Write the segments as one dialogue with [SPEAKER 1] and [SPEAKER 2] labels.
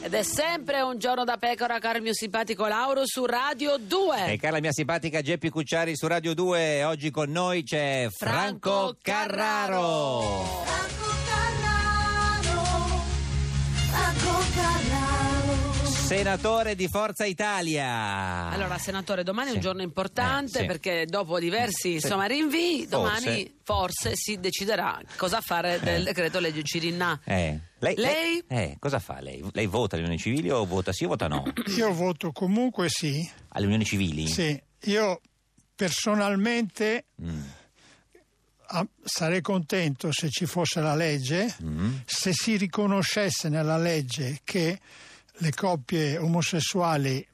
[SPEAKER 1] Ed è sempre un giorno da pecora, caro il mio simpatico Lauro, su Radio 2.
[SPEAKER 2] E cara la mia simpatica Geppi Cucciari su Radio 2, oggi con noi c'è Franco, Carraro.
[SPEAKER 3] Franco Carraro, Franco Carraro,
[SPEAKER 2] senatore di Forza Italia.
[SPEAKER 1] Allora, senatore, domani è
[SPEAKER 2] Sì.
[SPEAKER 1] un giorno importante
[SPEAKER 2] Eh, sì.
[SPEAKER 1] perché dopo diversi
[SPEAKER 2] Sì.
[SPEAKER 1] insomma, rinvii,
[SPEAKER 2] Forse.
[SPEAKER 1] domani forse si deciderà cosa fare del
[SPEAKER 2] Eh.
[SPEAKER 1] decreto legge Cirinna.
[SPEAKER 2] Eh, lei,
[SPEAKER 1] Lei?
[SPEAKER 2] eh, cosa fa lei? Lei vota alle unioni civili o vota sì o vota no?
[SPEAKER 4] Io voto comunque sì,
[SPEAKER 2] Alle unioni civili?
[SPEAKER 4] sì. Io personalmente
[SPEAKER 2] Mm,
[SPEAKER 4] ah, sarei contento se ci fosse la legge,
[SPEAKER 2] mm.
[SPEAKER 4] se si riconoscesse nella legge che le coppie omosessuali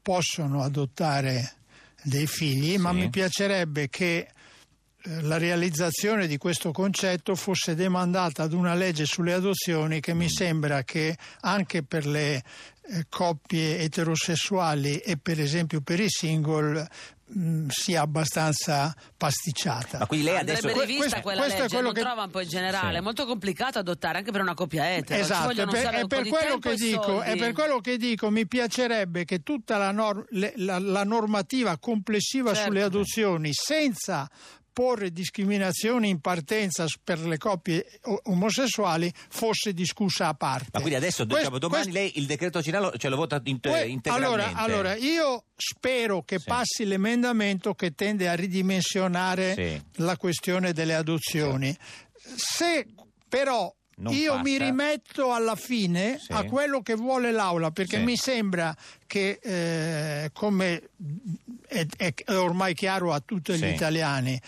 [SPEAKER 4] possono adottare dei figli, ma
[SPEAKER 2] Sì.
[SPEAKER 4] mi piacerebbe che eh, la realizzazione di questo concetto fosse demandata ad una legge sulle adozioni che mi sembra che anche per le eh, coppie eterosessuali e per esempio per i single mh, sia abbastanza pasticciata.
[SPEAKER 2] Ma quindi lei adesso...
[SPEAKER 1] Andrebbe
[SPEAKER 4] Que-
[SPEAKER 1] rivista
[SPEAKER 4] questo-
[SPEAKER 1] quella
[SPEAKER 4] questo è
[SPEAKER 1] legge,
[SPEAKER 4] quello
[SPEAKER 1] lo
[SPEAKER 4] che-
[SPEAKER 1] trova un po' in generale,
[SPEAKER 2] Sì.
[SPEAKER 1] è molto complicato adottare anche per una coppia etero, ci
[SPEAKER 4] Esatto, è
[SPEAKER 1] vogliono
[SPEAKER 4] per,
[SPEAKER 1] usare
[SPEAKER 4] è
[SPEAKER 1] un po'
[SPEAKER 4] per
[SPEAKER 1] di
[SPEAKER 4] quello
[SPEAKER 1] tempo
[SPEAKER 4] che
[SPEAKER 1] e
[SPEAKER 4] dico, è
[SPEAKER 1] soldi.
[SPEAKER 4] per quello che dico, mi piacerebbe che tutta la, nor- le- la- la normativa complessiva
[SPEAKER 1] Certo.
[SPEAKER 4] sulle adozioni, senza porre discriminazioni in partenza s- per le coppie o- omosessuali, fosse discussa a parte.
[SPEAKER 2] Ma quindi adesso
[SPEAKER 4] Questo-
[SPEAKER 2] diciamo, domani
[SPEAKER 4] questo-
[SPEAKER 2] lei il decreto Cinalo ce lo vota in-
[SPEAKER 4] que-
[SPEAKER 2] integralmente?
[SPEAKER 4] allora, allora, io spero che
[SPEAKER 2] Sì.
[SPEAKER 4] passi l'emendamento che tende a ridimensionare
[SPEAKER 2] Sì.
[SPEAKER 4] la questione delle adozioni. Se però
[SPEAKER 2] Non
[SPEAKER 4] io
[SPEAKER 2] passa.
[SPEAKER 4] mi rimetto alla fine
[SPEAKER 2] Sì.
[SPEAKER 4] a quello che vuole l'Aula, perché
[SPEAKER 2] Sì.
[SPEAKER 4] mi sembra che, eh, come è, è- è ormai chiaro a tutti
[SPEAKER 2] Sì.
[SPEAKER 4] gli italiani,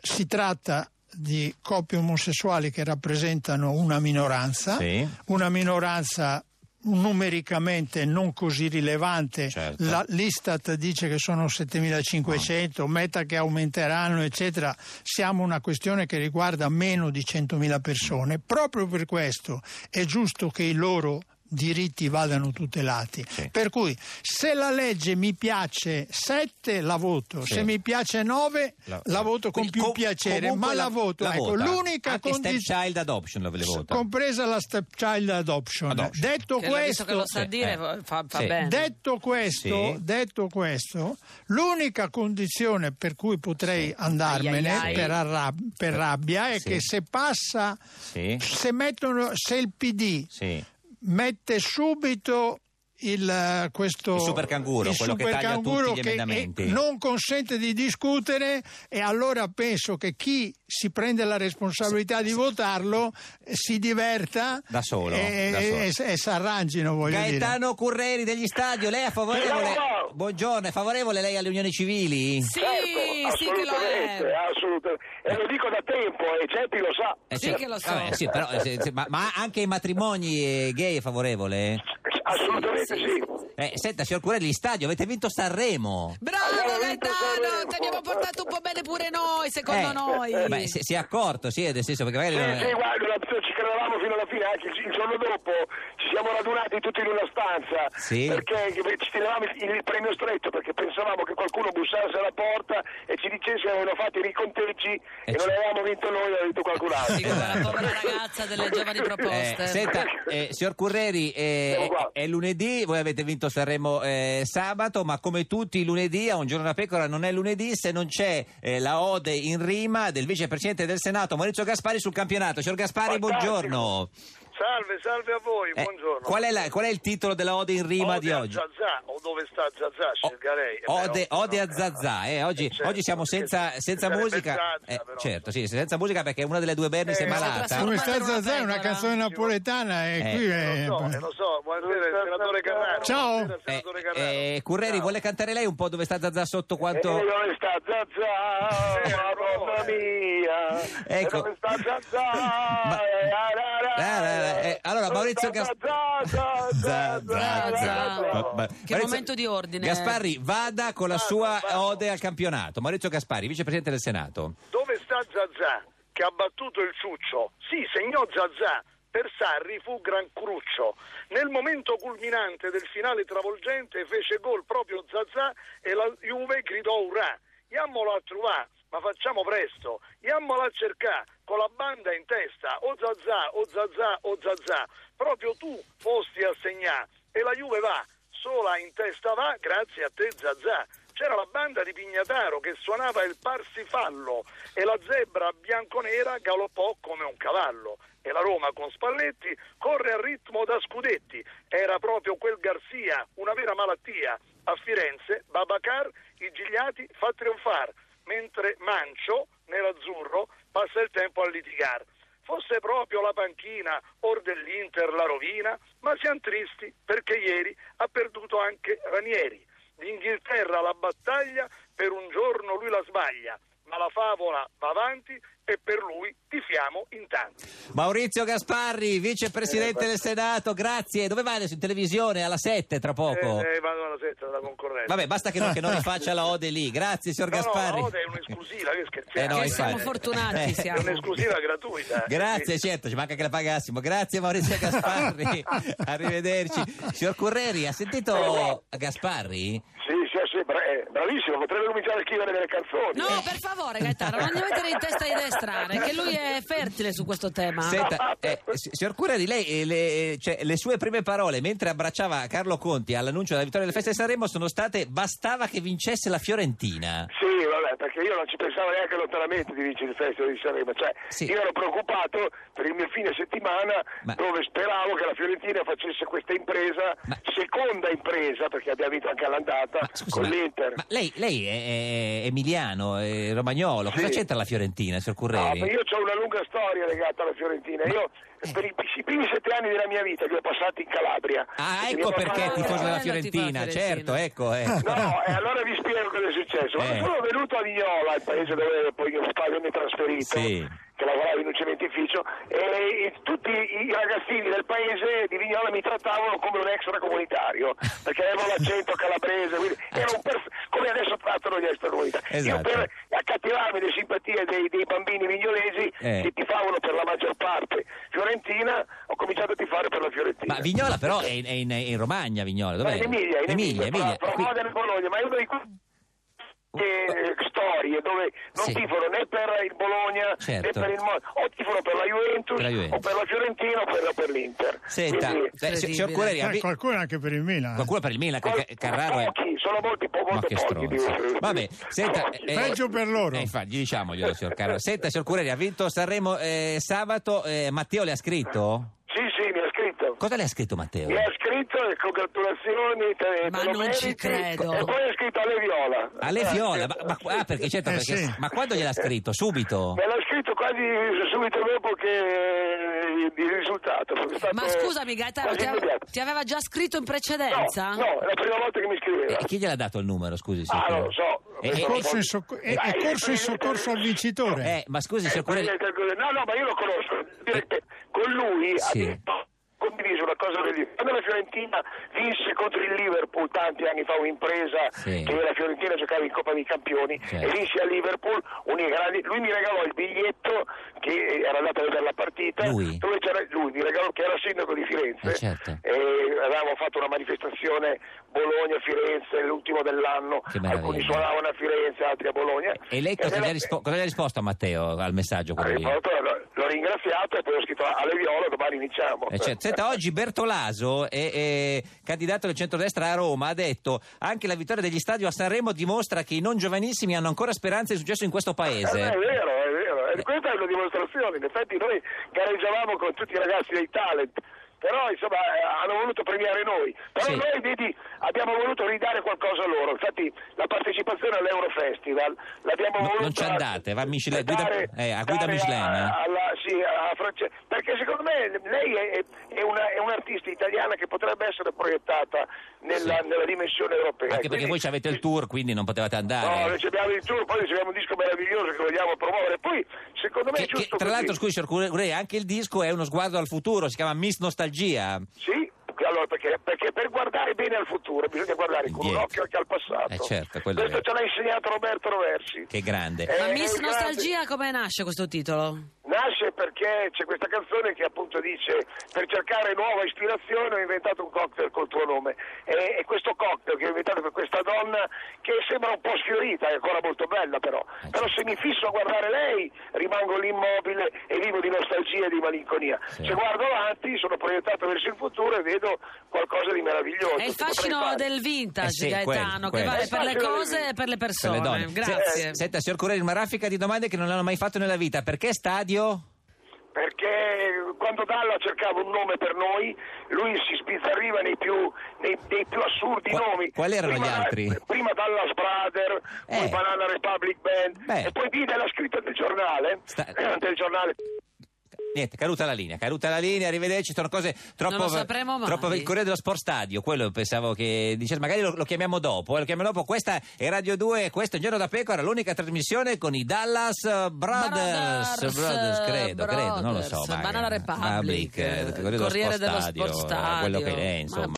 [SPEAKER 4] si tratta di coppie omosessuali che rappresentano una minoranza,
[SPEAKER 2] Sì.
[SPEAKER 4] una minoranza numericamente non così rilevante.
[SPEAKER 2] Certo.
[SPEAKER 4] La- L'Istat dice che sono
[SPEAKER 2] Ah.
[SPEAKER 4] 7.500, meta che aumenteranno, eccetera. Siamo una questione che riguarda meno di 100.000 persone. Proprio per questo è giusto che i loro diritti vadano tutelati.
[SPEAKER 2] Sì.
[SPEAKER 4] Per cui se la legge mi piace 7 la voto,
[SPEAKER 2] Sì.
[SPEAKER 4] se mi piace 9
[SPEAKER 2] La-
[SPEAKER 4] la, voto con
[SPEAKER 2] Quindi
[SPEAKER 4] più
[SPEAKER 2] com-
[SPEAKER 4] piacere,
[SPEAKER 2] comunque
[SPEAKER 4] ma la, voto,
[SPEAKER 2] la
[SPEAKER 4] ecco,
[SPEAKER 2] vota.
[SPEAKER 4] l'unica
[SPEAKER 2] Anche
[SPEAKER 4] condizione
[SPEAKER 2] stepchild adoption la le vota.
[SPEAKER 4] compresa la stepchild adoption.
[SPEAKER 2] Adoption.
[SPEAKER 4] Detto
[SPEAKER 1] Che l'ho visto che
[SPEAKER 4] questo,
[SPEAKER 1] lo sa dire,
[SPEAKER 2] eh.
[SPEAKER 1] fa, fa
[SPEAKER 2] Sì.
[SPEAKER 1] bene.
[SPEAKER 4] detto questo,
[SPEAKER 2] Sì.
[SPEAKER 4] detto questo, l'unica condizione per cui potrei andarmene
[SPEAKER 1] Ai ai ai.
[SPEAKER 4] Per, arra- per rabbia è
[SPEAKER 2] Eh, Sì.
[SPEAKER 4] che se passa,
[SPEAKER 2] Sì,
[SPEAKER 4] se, mettono, se il PD
[SPEAKER 2] sì.
[SPEAKER 4] mette subito il, eh, questo,
[SPEAKER 2] Il supercanguro,
[SPEAKER 4] il
[SPEAKER 2] quello che taglia
[SPEAKER 4] supercanguro
[SPEAKER 2] tutti gli
[SPEAKER 4] che, eh,
[SPEAKER 2] emendamenti.
[SPEAKER 4] non consente di discutere e allora penso che chi si prende la responsabilità di votarlo eh, si diverta
[SPEAKER 2] Da solo,
[SPEAKER 4] e,
[SPEAKER 2] da solo.
[SPEAKER 4] e- e- e si arrangino voglio dire.
[SPEAKER 2] Gaetano Curreri degli Stadio, lei è favorevole?
[SPEAKER 5] Ciao.
[SPEAKER 2] Buongiorno, è favorevole lei alle unioni civili?
[SPEAKER 1] Sì,
[SPEAKER 5] certo,
[SPEAKER 1] sì che lo
[SPEAKER 5] assolutamente,
[SPEAKER 1] è.
[SPEAKER 5] assolutamente. E lo dico da tempo e Geppi lo sa.
[SPEAKER 2] Eh,
[SPEAKER 1] sì che lo so.
[SPEAKER 2] vabbè, sì, però, eh, sì, sì, ma, ma anche ai matrimoni eh, gay è favorevole?
[SPEAKER 5] Assolutamente
[SPEAKER 1] Sì,
[SPEAKER 5] sì.
[SPEAKER 1] sì.
[SPEAKER 2] Eh, senta, signor Curreri, gli Stadio, avete vinto Sanremo.
[SPEAKER 1] Bravo
[SPEAKER 5] Abbiamo vinto
[SPEAKER 1] Gaetano,
[SPEAKER 5] Sanremo.
[SPEAKER 1] ti abbiamo portato un po' bene pure noi, secondo
[SPEAKER 2] Eh,
[SPEAKER 1] noi.
[SPEAKER 2] Beh, si, si è accorto, sì, nel senso, perché magari...
[SPEAKER 5] Sì,
[SPEAKER 2] non-
[SPEAKER 5] sì, guarda, la- ci credevamo fino alla fine, anche il il giorno dopo ci siamo radunati tutti in una stanza
[SPEAKER 2] Sì.
[SPEAKER 5] perché ci tenevamo il, il premio stretto perché pensavamo che qualcuno bussasse alla porta e ci dicesse che avevano fatto i riconteggi e,
[SPEAKER 2] E
[SPEAKER 5] non
[SPEAKER 2] Eh, ci-
[SPEAKER 5] avevamo vinto noi, aveva vinto qualcun altro.
[SPEAKER 1] Sì, quella povera ragazza delle giovani
[SPEAKER 2] Eh,
[SPEAKER 1] proposte.
[SPEAKER 2] senta, eh, signor Curreri, eh,
[SPEAKER 5] Siamo qua.
[SPEAKER 2] è lunedì, voi avete vinto Sanremo eh, sabato, ma come tutti i lunedì a un giorno da pecora non è lunedì se non c'è eh, la ode in rima del vicepresidente del Senato Maurizio Gaspari sul campionato. Signor Gaspari,
[SPEAKER 6] Fantastico.
[SPEAKER 2] buongiorno.
[SPEAKER 6] Salve, salve a voi,
[SPEAKER 2] Eh,
[SPEAKER 6] buongiorno.
[SPEAKER 2] qual, è la- qual è il titolo della ode in rima
[SPEAKER 6] Ode
[SPEAKER 2] di
[SPEAKER 6] a
[SPEAKER 2] oggi?
[SPEAKER 6] Zazà, o dove sta Zazà,
[SPEAKER 2] O-
[SPEAKER 6] cercherei. Eh,
[SPEAKER 2] Ode,
[SPEAKER 6] però,
[SPEAKER 2] ode a
[SPEAKER 6] no.
[SPEAKER 2] Zazà, eh, oggi,
[SPEAKER 6] Eh, certo,
[SPEAKER 2] oggi siamo senza,
[SPEAKER 6] perché
[SPEAKER 2] senza
[SPEAKER 6] sarebbe
[SPEAKER 2] musica.
[SPEAKER 6] Zazza,
[SPEAKER 2] Eh,
[SPEAKER 6] però.
[SPEAKER 2] certo, sì, senza musica perché una delle due Berni
[SPEAKER 6] Eh,
[SPEAKER 2] si è
[SPEAKER 6] si è
[SPEAKER 2] malata.
[SPEAKER 1] trasformata-
[SPEAKER 4] Come sta
[SPEAKER 1] Una pecora.
[SPEAKER 4] Zazà è una canzone napoletana e
[SPEAKER 2] Eh.
[SPEAKER 4] qui
[SPEAKER 6] Eh,
[SPEAKER 4] è...
[SPEAKER 6] Lo so, eh, lo so, buonasera senatore Carraro.
[SPEAKER 4] Ciao.
[SPEAKER 6] Buonasera,
[SPEAKER 2] Eh,
[SPEAKER 6] senatore Carraro. Eh,
[SPEAKER 2] eh, Curreri,
[SPEAKER 6] Ciao.
[SPEAKER 2] vuole cantare lei un po' dove sta Zazà sotto
[SPEAKER 5] E
[SPEAKER 2] quanto... Eh,
[SPEAKER 5] dove sta Zazza, madonna mia?
[SPEAKER 6] Eh,
[SPEAKER 5] E
[SPEAKER 2] Ecco.
[SPEAKER 5] dove sta Zazza?
[SPEAKER 2] Ma-
[SPEAKER 5] Eh, ah, ah, ah,
[SPEAKER 2] Ah, ah, ah, eh, allora,
[SPEAKER 5] dove
[SPEAKER 2] Maurizio
[SPEAKER 5] sta
[SPEAKER 2] Gas-
[SPEAKER 5] Zazza,
[SPEAKER 6] eh,
[SPEAKER 2] Za-
[SPEAKER 5] Zazza,
[SPEAKER 2] za- za-
[SPEAKER 1] Zazza.
[SPEAKER 2] ma- ma-
[SPEAKER 1] Che
[SPEAKER 2] Maurizio-
[SPEAKER 1] momento di ordine.
[SPEAKER 2] Gasparri vada con la
[SPEAKER 6] Vado,
[SPEAKER 2] sua
[SPEAKER 6] vado.
[SPEAKER 2] ode al campionato. Maurizio Gasparri, vicepresidente del Senato.
[SPEAKER 6] Dove sta Zazà, che ha battuto il ciuccio? Sì, segnò Zazà. Per Sarri fu gran cruccio. Nel momento culminante del finale travolgente fece gol proprio Zazà e la Juve gridò urrà. Iammolo a trovà, ma facciamo presto. Iammolo a cercà, con la banda in testa. O Zazà, o Zazà, o Zazà. Proprio tu fosti a segnà. e la Juve va, sola in testa va, grazie a te Zazà. C'era la banda di Pignataro che suonava il parsifallo e la zebra bianconera galoppò come un cavallo. E la Roma con Spalletti corre al ritmo da scudetti. Era proprio quel Garzia, una vera malattia. A Firenze, Babacar, i Gigliati fa trionfar, mentre Mancio, nell'azzurro, passa il tempo a litigar. Fosse proprio la panchina or dell'Inter la rovina, ma siamo tristi perché ieri ha perduto anche Ranieri. L'Inghilterra la battaglia, per un giorno lui la sbaglia, ma la favola va avanti e per lui tifiamo in tanti.
[SPEAKER 2] Maurizio Gasparri, vicepresidente
[SPEAKER 6] Eh,
[SPEAKER 2] del Senato, grazie. Dove vai adesso in televisione? Alla 7 tra poco.
[SPEAKER 6] Eh, eh, vado alla setta della concorrenza.
[SPEAKER 2] Vabbè, basta che non, che non rifaccia la Ode lì. Grazie, signor
[SPEAKER 6] No, no,
[SPEAKER 2] Gasparri.
[SPEAKER 6] la Ode è un'esclusiva, che scherziamo.
[SPEAKER 2] Eh, no,
[SPEAKER 1] Che
[SPEAKER 2] infatti.
[SPEAKER 1] siamo fortunati,
[SPEAKER 2] Eh.
[SPEAKER 1] siamo.
[SPEAKER 6] È un'esclusiva gratuita.
[SPEAKER 2] Grazie, certo, ci manca che la pagassimo. Grazie Maurizio Gasparri. Arrivederci. Signor Correri, ha sentito Gasparri?
[SPEAKER 5] Sì, sì, sì, bra- eh, bravissimo, potrebbe cominciare a scrivere delle canzoni.
[SPEAKER 1] No, per favore, Gaetano, non gli mettere in testa di destrare, che lui è fertile su questo tema.
[SPEAKER 5] Ah.
[SPEAKER 2] Senta, eh, si- signor Correri, lei eh, le, eh, cioè, le sue prime parole mentre abbracciava Carlo Conti all'annuncio della vittoria delle feste di Sanremo sono state bastava che vincesse la Fiorentina.
[SPEAKER 5] Sì, vabbè, perché io non ci pensavo neanche lontanamente di vincere il Festival di Sanremo, cioè
[SPEAKER 2] Sì.
[SPEAKER 5] io ero preoccupato per il mio fine settimana
[SPEAKER 2] Ma-
[SPEAKER 5] dove speravo che la Fiorentina facesse questa impresa,
[SPEAKER 2] Ma-
[SPEAKER 5] seconda impresa, perché abbiamo vinto anche all'andata
[SPEAKER 2] Ma, scusi,
[SPEAKER 5] con
[SPEAKER 2] ma-
[SPEAKER 5] l'Inter.
[SPEAKER 2] ma lei, lei è, è emiliano, è romagnolo, cosa
[SPEAKER 5] Sì.
[SPEAKER 2] c'entra la Fiorentina, signor
[SPEAKER 5] No,
[SPEAKER 2] Correri?
[SPEAKER 5] ma io ho una lunga storia legata alla Fiorentina. Io per i, i primi sette anni della mia vita li ho passati in Calabria.
[SPEAKER 2] eh. Ah,
[SPEAKER 5] Perché
[SPEAKER 2] ecco
[SPEAKER 5] mio papà-
[SPEAKER 2] perché
[SPEAKER 1] Ah,
[SPEAKER 2] è tifoso della
[SPEAKER 1] quello tifa la
[SPEAKER 2] Fiorentina,
[SPEAKER 1] Fiorentina.
[SPEAKER 2] certo, ecco. eh.
[SPEAKER 5] No, e allora vi spiego cosa è successo. Quando
[SPEAKER 2] Eh.
[SPEAKER 5] sono venuto a Vignola, il paese dove poi mio padre mi ha trasferito,
[SPEAKER 2] Sì.
[SPEAKER 5] che lavorava in un cementificio, e i- tutti i ragazzini del paese di Vignola mi trattavano come un extracomunitario, perché avevo l'accento calabrese, quindi ero un perf- come adesso trattano gli extracomunitari.
[SPEAKER 2] Ah,
[SPEAKER 5] Io
[SPEAKER 2] Esatto.
[SPEAKER 5] per accattivarmi le simpatie dei, dei bambini vignolesi
[SPEAKER 2] Eh.
[SPEAKER 5] che tifavano per la maggior parte Fiorentina, ho cominciato a tifare per la Fiorentina.
[SPEAKER 2] Ma Vignola però è in, è in- è in Romagna, Vignola,
[SPEAKER 5] Ma
[SPEAKER 2] dov'è?
[SPEAKER 5] in Emilia, in Emilia,
[SPEAKER 2] Emilia,
[SPEAKER 5] Tra, tra
[SPEAKER 2] qui- Uh,
[SPEAKER 5] Modena e Bologna, ma è una di quelle eh, storie dove non
[SPEAKER 2] Sì.
[SPEAKER 5] tifano né per il Bologna né
[SPEAKER 2] Certo.
[SPEAKER 5] per il Modena, o tifano per la Juventus,
[SPEAKER 2] Per la Juventus.
[SPEAKER 5] o per la Fiorentina o per, per l'Inter.
[SPEAKER 2] Senta,
[SPEAKER 5] Quindi,
[SPEAKER 2] eh, si- signor
[SPEAKER 1] Incredibile.
[SPEAKER 2] Correri, ha
[SPEAKER 4] Eh,
[SPEAKER 2] vi-
[SPEAKER 4] qualcuno anche per il Milan.
[SPEAKER 2] qualcuno per il Milan,
[SPEAKER 5] qual-
[SPEAKER 2] Ca- Carraro è...
[SPEAKER 5] pochi, sono molti, po-
[SPEAKER 2] Ma
[SPEAKER 5] molto
[SPEAKER 2] che
[SPEAKER 5] pochi. di-
[SPEAKER 2] stronzo. Vabbè, senta,
[SPEAKER 5] Pochi.
[SPEAKER 2] eh,
[SPEAKER 4] Peggio per loro.
[SPEAKER 2] Eh, infatti, diciamoglielo, signor Carraro. Senta, signor Correri, ha vinto Sanremo eh, sabato, eh, Matteo le ha scritto?
[SPEAKER 5] Sì, sì, mi ha scritto.
[SPEAKER 2] Cosa le ha scritto Matteo?
[SPEAKER 5] Mi ha scritto e congratulazioni, te,
[SPEAKER 1] Ma
[SPEAKER 5] te lo
[SPEAKER 1] non ci
[SPEAKER 5] meriti.
[SPEAKER 1] credo.
[SPEAKER 5] E poi ha scritto Eh, alle viola.
[SPEAKER 2] Alle Viola, ma, ma- ah, perché certo,
[SPEAKER 4] Eh,
[SPEAKER 2] perché-
[SPEAKER 4] sì.
[SPEAKER 2] ma quando gliel'ha scritto? Subito?
[SPEAKER 5] Me l'ha scritto quasi subito dopo che eh, il risultato. Sono stato
[SPEAKER 1] Ma scusami, Gaetano,
[SPEAKER 5] quasi
[SPEAKER 1] ti, ave-
[SPEAKER 5] immediato.
[SPEAKER 1] ti aveva già scritto in
[SPEAKER 5] No,
[SPEAKER 1] precedenza?
[SPEAKER 5] no, è la prima volta che mi scriveva.
[SPEAKER 1] Eh,
[SPEAKER 2] E Eh, chi gliel'ha dato il numero, scusi? signor
[SPEAKER 5] Ah, non lo
[SPEAKER 2] Correri?
[SPEAKER 5] so.
[SPEAKER 2] Eh,
[SPEAKER 4] È
[SPEAKER 2] eh,
[SPEAKER 4] corso in socco- è- è corso in soccorso al vincitore.
[SPEAKER 2] Eh, ma scusi, signor Correri...
[SPEAKER 5] No, no, ma io lo conosco. Dire che Con lui
[SPEAKER 2] Sì.
[SPEAKER 5] ha detto condiviso una cosa che dice. quando la Fiorentina vinse contro il Liverpool tanti anni fa un'impresa
[SPEAKER 2] Sì.
[SPEAKER 5] che la Fiorentina giocava in Coppa dei Campioni
[SPEAKER 2] Certo.
[SPEAKER 5] e vinse a Liverpool un grande- lui mi regalò il biglietto che era andato a vedere la partita
[SPEAKER 2] Lui?
[SPEAKER 5] dove c'era lui mi regalò che era sindaco di Firenze
[SPEAKER 2] Eh, certo.
[SPEAKER 5] e avevamo fatto una manifestazione Bologna-Firenze l'ultimo dell'anno
[SPEAKER 2] Che meraviglia.
[SPEAKER 5] alcuni suonavano a Firenze altri a Bologna
[SPEAKER 2] E lei cosa
[SPEAKER 5] nella-
[SPEAKER 2] gli, ha rispo- cosa gli ha risposto a Matteo al messaggio? quello
[SPEAKER 5] Ah,
[SPEAKER 2] lì?
[SPEAKER 5] io proprio l'ho- L'ho ringraziato e poi ho scritto alle viola domani vinciamo.
[SPEAKER 2] Eh, certo. Senta, oggi Bertolaso, è, è candidato del centrodestra a Roma, ha detto anche la vittoria degli stadio a Sanremo dimostra che i non giovanissimi hanno ancora speranze di successo in questo
[SPEAKER 5] Eh, beh, è
[SPEAKER 2] paese.
[SPEAKER 5] vero, è vero. E questa è una dimostrazione. In effetti noi gareggiavamo con tutti i ragazzi dei talent. Però insomma eh, hanno voluto premiare noi, però
[SPEAKER 2] Sì.
[SPEAKER 5] noi vedi, abbiamo voluto ridare qualcosa a loro, infatti la partecipazione all'Eurofestival l'abbiamo
[SPEAKER 2] No,
[SPEAKER 5] voluta
[SPEAKER 2] non ci andate, va a Michelin- guida-
[SPEAKER 5] dare-
[SPEAKER 2] eh, a guida
[SPEAKER 5] dare
[SPEAKER 2] Michelin, eh.
[SPEAKER 5] alla- sì, a Francesca, perché secondo me lei è, è una- è un'artista italiana che potrebbe essere proiettata nella,
[SPEAKER 2] Sì.
[SPEAKER 5] nella dimensione europea.
[SPEAKER 2] Anche perché
[SPEAKER 5] Eh, Quindi-
[SPEAKER 2] voi ci avete il tour, quindi non potevate
[SPEAKER 5] No,
[SPEAKER 2] andare.
[SPEAKER 5] noi ci abbiamo il tour, poi ci abbiamo un disco meraviglioso che vogliamo promuovere. Poi, secondo me,
[SPEAKER 2] Che-
[SPEAKER 5] è
[SPEAKER 2] che,
[SPEAKER 5] giusto.
[SPEAKER 2] tra
[SPEAKER 5] così.
[SPEAKER 2] l'altro, scusi, signor Curé, anche il disco è uno sguardo al futuro, si chiama Miss Nostalgia.
[SPEAKER 5] Sì, allora perché, perché per guardare bene al futuro bisogna guardare con un
[SPEAKER 2] Indietro.
[SPEAKER 5] occhio anche al passato.
[SPEAKER 2] Eh, certo, quello è vero.
[SPEAKER 5] Questo ce l'ha insegnato Roberto Roversi.
[SPEAKER 2] Che grande.
[SPEAKER 5] Eh,
[SPEAKER 1] Ma
[SPEAKER 5] è
[SPEAKER 1] Miss
[SPEAKER 5] un grande-
[SPEAKER 1] Nostalgia come nasce questo titolo?
[SPEAKER 5] Nasce perché c'è questa canzone che appunto dice per cercare nuova ispirazione ho inventato un cocktail col tuo nome e, e questo cocktail che ho inventato per questa donna che sembra un po' sfiorita, è ancora molto bella però, però se mi fisso a guardare lei rimango lì immobile e vivo di nostalgia e di malinconia.
[SPEAKER 2] Sì.
[SPEAKER 5] Se guardo avanti sono proiettato verso il futuro e vedo qualcosa di meraviglioso.
[SPEAKER 1] È il
[SPEAKER 5] che potrei
[SPEAKER 1] fascino
[SPEAKER 5] fare.
[SPEAKER 1] del vintage,
[SPEAKER 2] Eh sì,
[SPEAKER 1] Gaetano,
[SPEAKER 2] quello,
[SPEAKER 5] quello.
[SPEAKER 1] che vale per le
[SPEAKER 5] È il fascino
[SPEAKER 1] cose
[SPEAKER 5] del-
[SPEAKER 1] e per le
[SPEAKER 2] per
[SPEAKER 1] persone.
[SPEAKER 2] le donne.
[SPEAKER 1] Grazie.
[SPEAKER 2] Se- senta, signor Corriere, una raffica di domande che non hanno mai fatto nella vita. Perché stadio?
[SPEAKER 5] perché quando Dalla cercava un nome per noi, lui si sbizzarriva nei più, nei- nei più assurdi
[SPEAKER 2] Qua-
[SPEAKER 5] nomi.
[SPEAKER 2] quali erano
[SPEAKER 5] prima,
[SPEAKER 2] gli altri?
[SPEAKER 5] Prima Dallas Brother,
[SPEAKER 2] Eh.
[SPEAKER 5] poi Banana Republic Band,
[SPEAKER 2] Beh.
[SPEAKER 5] e poi vide la scritta del giornale,
[SPEAKER 2] Sta-
[SPEAKER 5] del giornale
[SPEAKER 2] Niente, caduta la linea, caduta la linea, arrivederci, sono cose troppo...
[SPEAKER 1] Non lo sapremo mai.
[SPEAKER 2] troppo- il Corriere dello Sport Stadio, quello pensavo che dice, magari lo, lo chiamiamo dopo, eh, lo chiamiamo dopo, questa è Radio 2, questo è Giorno da Pecora, l'unica trasmissione con i Dallas Brothers,
[SPEAKER 1] Brothers,
[SPEAKER 2] credo, credo, non lo so.
[SPEAKER 1] Brothers, Banana Republic,
[SPEAKER 2] eh, il
[SPEAKER 1] Corriere dello Sport
[SPEAKER 2] eh, quello che è,
[SPEAKER 1] Stadio.
[SPEAKER 2] insomma.